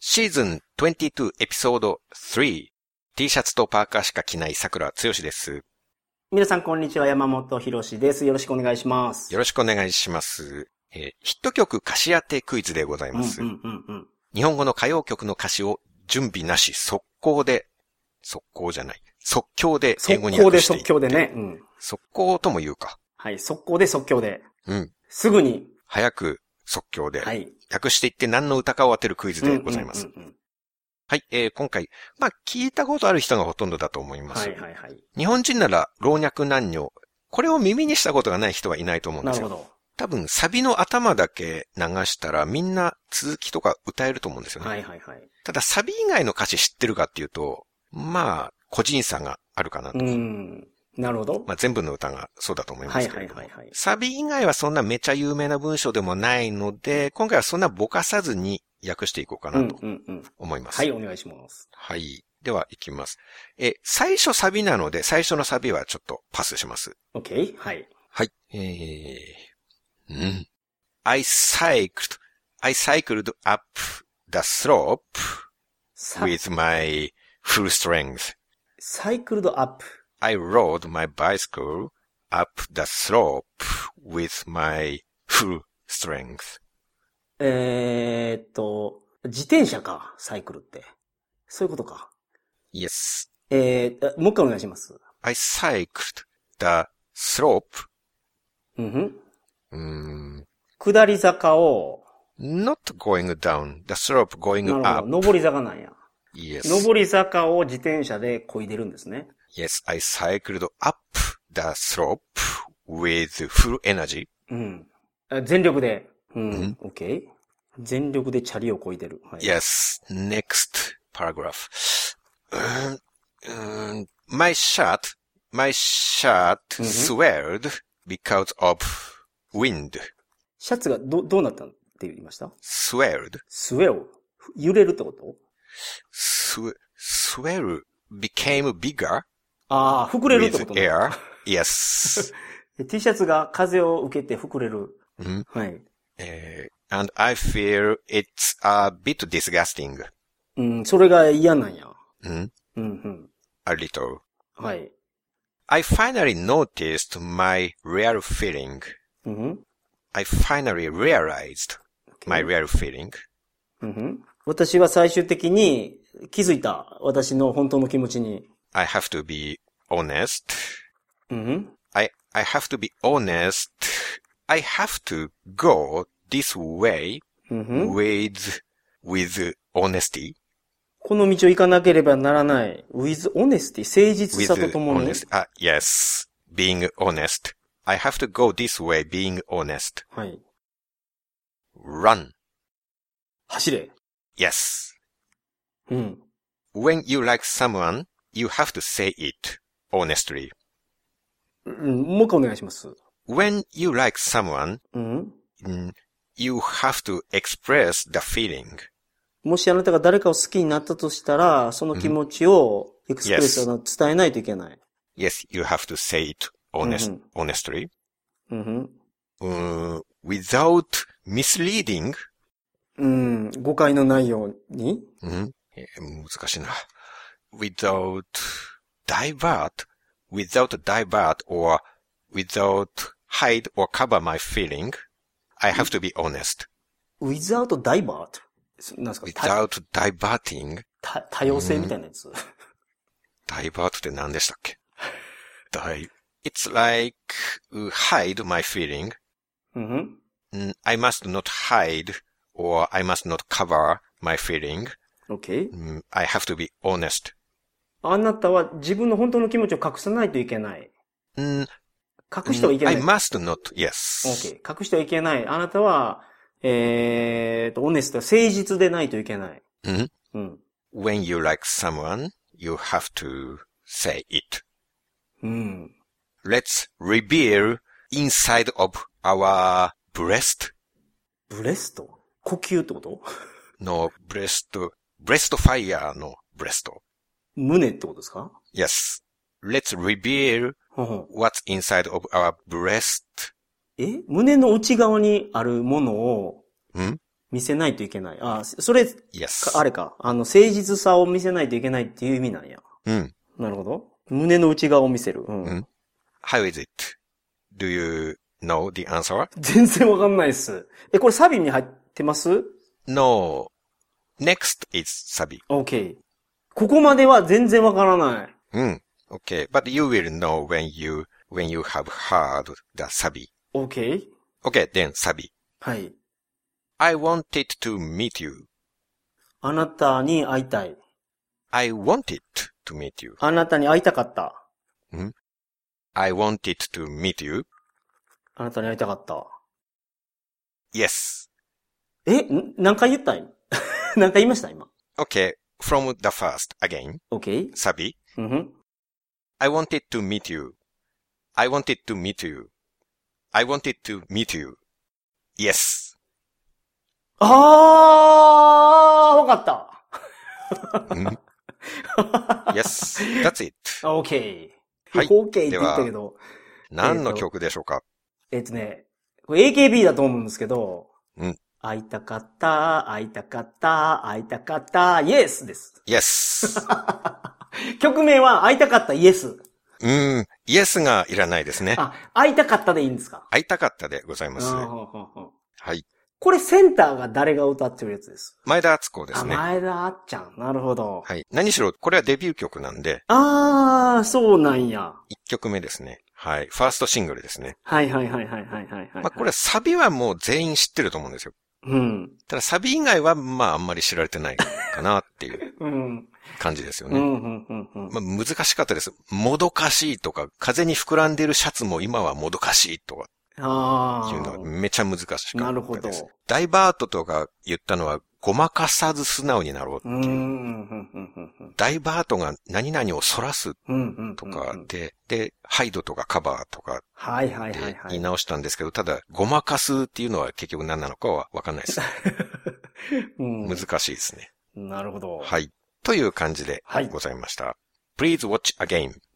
シーズン22エピソード 3T シャツとパーカーしか着ない桜つよしです。皆さん、こんにちは。山本博史です。よろしくお願いします。よろしくお願いします。えーヒット曲歌詞当てクイズでございます。うんうんうんうん。日本語の歌謡曲の歌詞を準備なし速攻で、速攻じゃない、即興で英語速に攻で訳してい即興でね。うん。速攻とも言うか。はい。速攻で即興で。うん。すぐに。早く即興で、はい。訳していって何の歌かを当てるクイズでございます。うんうんうんはい、えー今回、まあ、聞いたことある人がほとんどだと思います。はいはいはい。日本人なら老若男女、これを耳にしたことがない人はいないと思うんなでるすほよ。ど。多分、サビの頭だけ流したらみんな続きとか歌えると思うんですよね。はいはいはい。ただ、サビ以外の歌詞知ってるかっていうと、まあ、個人差があるかなと。うん。なるほど。まあ、全部の歌がそうだと思いまはいすけはれいども。はいはい。サビ以外はそんなめちゃ有名な文章でもないので、今回はそんなぼかさずに訳していこうかうんなとうんうん。思います。はい、お願いします。はい。では、行きます。え、最初サビなので、最初のサビはちょっとパスします。 OK? はい。はい。えー、うん。I cycled, I cycled up the slope さ with my full strength. サイクルドアップ。 I rode my bicycle up the slope with my full strength. えーっと、自転車か、サイクルって。そういうことか。 Yes. えー、あもう一回お願いします。 I cycled the slope, うんふん。うん、下り坂を、 not going down, the slope な going るほ up. ど。上り坂なんや。 Yes. 上り坂を自転車で漕いでるんですね。 Yes, I cycled up the slope with full energy. うん。あ全力で。うんうん。 OK? 全力でチャリを漕いでる。はい。 Yes, next paragraph. うーんうーん my shirt, my shirt うん swelled because of wind. シャツがど、どうなったって言いました Swelled, スウェを揺れるってこと sw- swell became bigger ああ、膨れるってこ with と air. Yes. で T シャツが風を受けて膨れる。うんはい。えー Uh, and I feel it's a bit disgusting. うん、それが嫌なんや。うんうん、 a little. うん。はい。 I finally noticed my real feeling. うんふん、 I finally realized OK my real feeling. うんふん。私は最終的に気づいた。私の本当の気持ちに。 I have to be honest. うんふん。 I, I have to be honest. I have to go this way うんふん。 with, with honesty. この道を行かなければならない。with honesty, 誠実 With さとともに。 honest. Ah, yes. Being honest. I have to go this way being honest. はい。 Run. 走れ。 Yes. うん。 When you like someone, you have to say it honestly. うん、もう一回お願いします。 when you like someone, うん。 mm, you have to express the feeling. もしあなたが誰かを好きになったとしたら、その気持ちをエクスプレス Yes な伝えないといけない。 Yes, you have to say it honest, Mhm. honestly. うん、 Uh, without misleading. うん。うん。誤解のないように。うんえー難しいな。without divert, without divert or without hide or cover my feeling. I have to be honest. without divert. そなんですかた without diverting. た多様性みたいなやつ。 divert って何でしたっけ di- It's like uh, hide my feeling. うん。 Mm, I must not hide or I must not cover my feeling. OK? Mm, I have to be honest. あなたは自分の本当の気持ちを隠さないといけない。 Mm, 隠してはいけな I い。 must not, yes. OK。隠してはいけない。あなたは、えーと、オネスト、誠実でないといけない。うん。うん。 When you like someone, you have to say it. うん。 Let's reveal inside of our breast. ブレスト呼吸ってこと No, breast, breast fire, no, breast. 胸ってことですか Yes. Let's reveal ほんほん what's inside of our breast. え胸の内側にあるものを、ん見せないといけない。あ、それ、 Yes. かあれか。あの、誠実さを見せないといけないっていう意味なんや。 Mm. なるほど。胸の内側を見せる。うん。うん How is it? Do you know the answer? 全然わかんないっす。え、これサビに入ってます No. Next is Sabi. ?OK。ここまでは全然わからない。 Mm. Okay. But you will know when you, when you have heard the Sabi. OK? Okay. Then Sabi. はい。 I wanted to meet you. あなたに会いたい。 I wanted to meet you. あなたに会いたかった。 I wanted to meet you. あなたに会いたかった。 Yes. え、ん何回言ったん 何回言いました今。 Okay. From the first again, OK? Sabi. うんふん。 I wanted to meet you. I wanted to meet you. I wanted to meet you. Yes. あーわかった。Mm. yes. That's it. あ OK。はい OK って言ったけど。何の曲でしょうかえっとね、これ AKB だと思うんですけど、うん会いたかった、会いたかった、会いたかった、イエスです。 ?Yes. 曲名は会いたかったイエス。うん。Yes がいらないですね。あ、会いたかったでいいんですか会いたかったでございます。あほうほうほうはい。これセンターが誰が歌ってるやつです。前田敦子であ、すね。前田あっちゃん。なるほど。はい。何しろ、これはデビュー曲なんで、あー、そうなんや。 1曲目ですね。はい。ファーストシングルですね。はいはいはいはいはいはい、はい。まあ、これ、サビはもう全員知ってると思うんですよ。うん。ただ、サビ以外は、まあ、あんまり知られてないかなっていううん。感じですようん、うね。ん、うん、うん。まあ、難しかったです。もどかしいとか、風に膨らんでるシャツも今はもどかしいとかあっていうのはー。めちゃ難しかったです。なるほど。ダイバートとか言ったのは、ごまかさず素直になろうってうん、ういう。ん、うん、うん、うん。ダイバートが何々をそらすうんうんうんうんとかで、で、ハイドとかカバーとかはいはいはでいは言いい。直したんですけど、ただ、ごまかすっていうのは結局何なのかはわかんないです。うん難しいですね。なるほど。はい。という感じではいございました。Please watch again.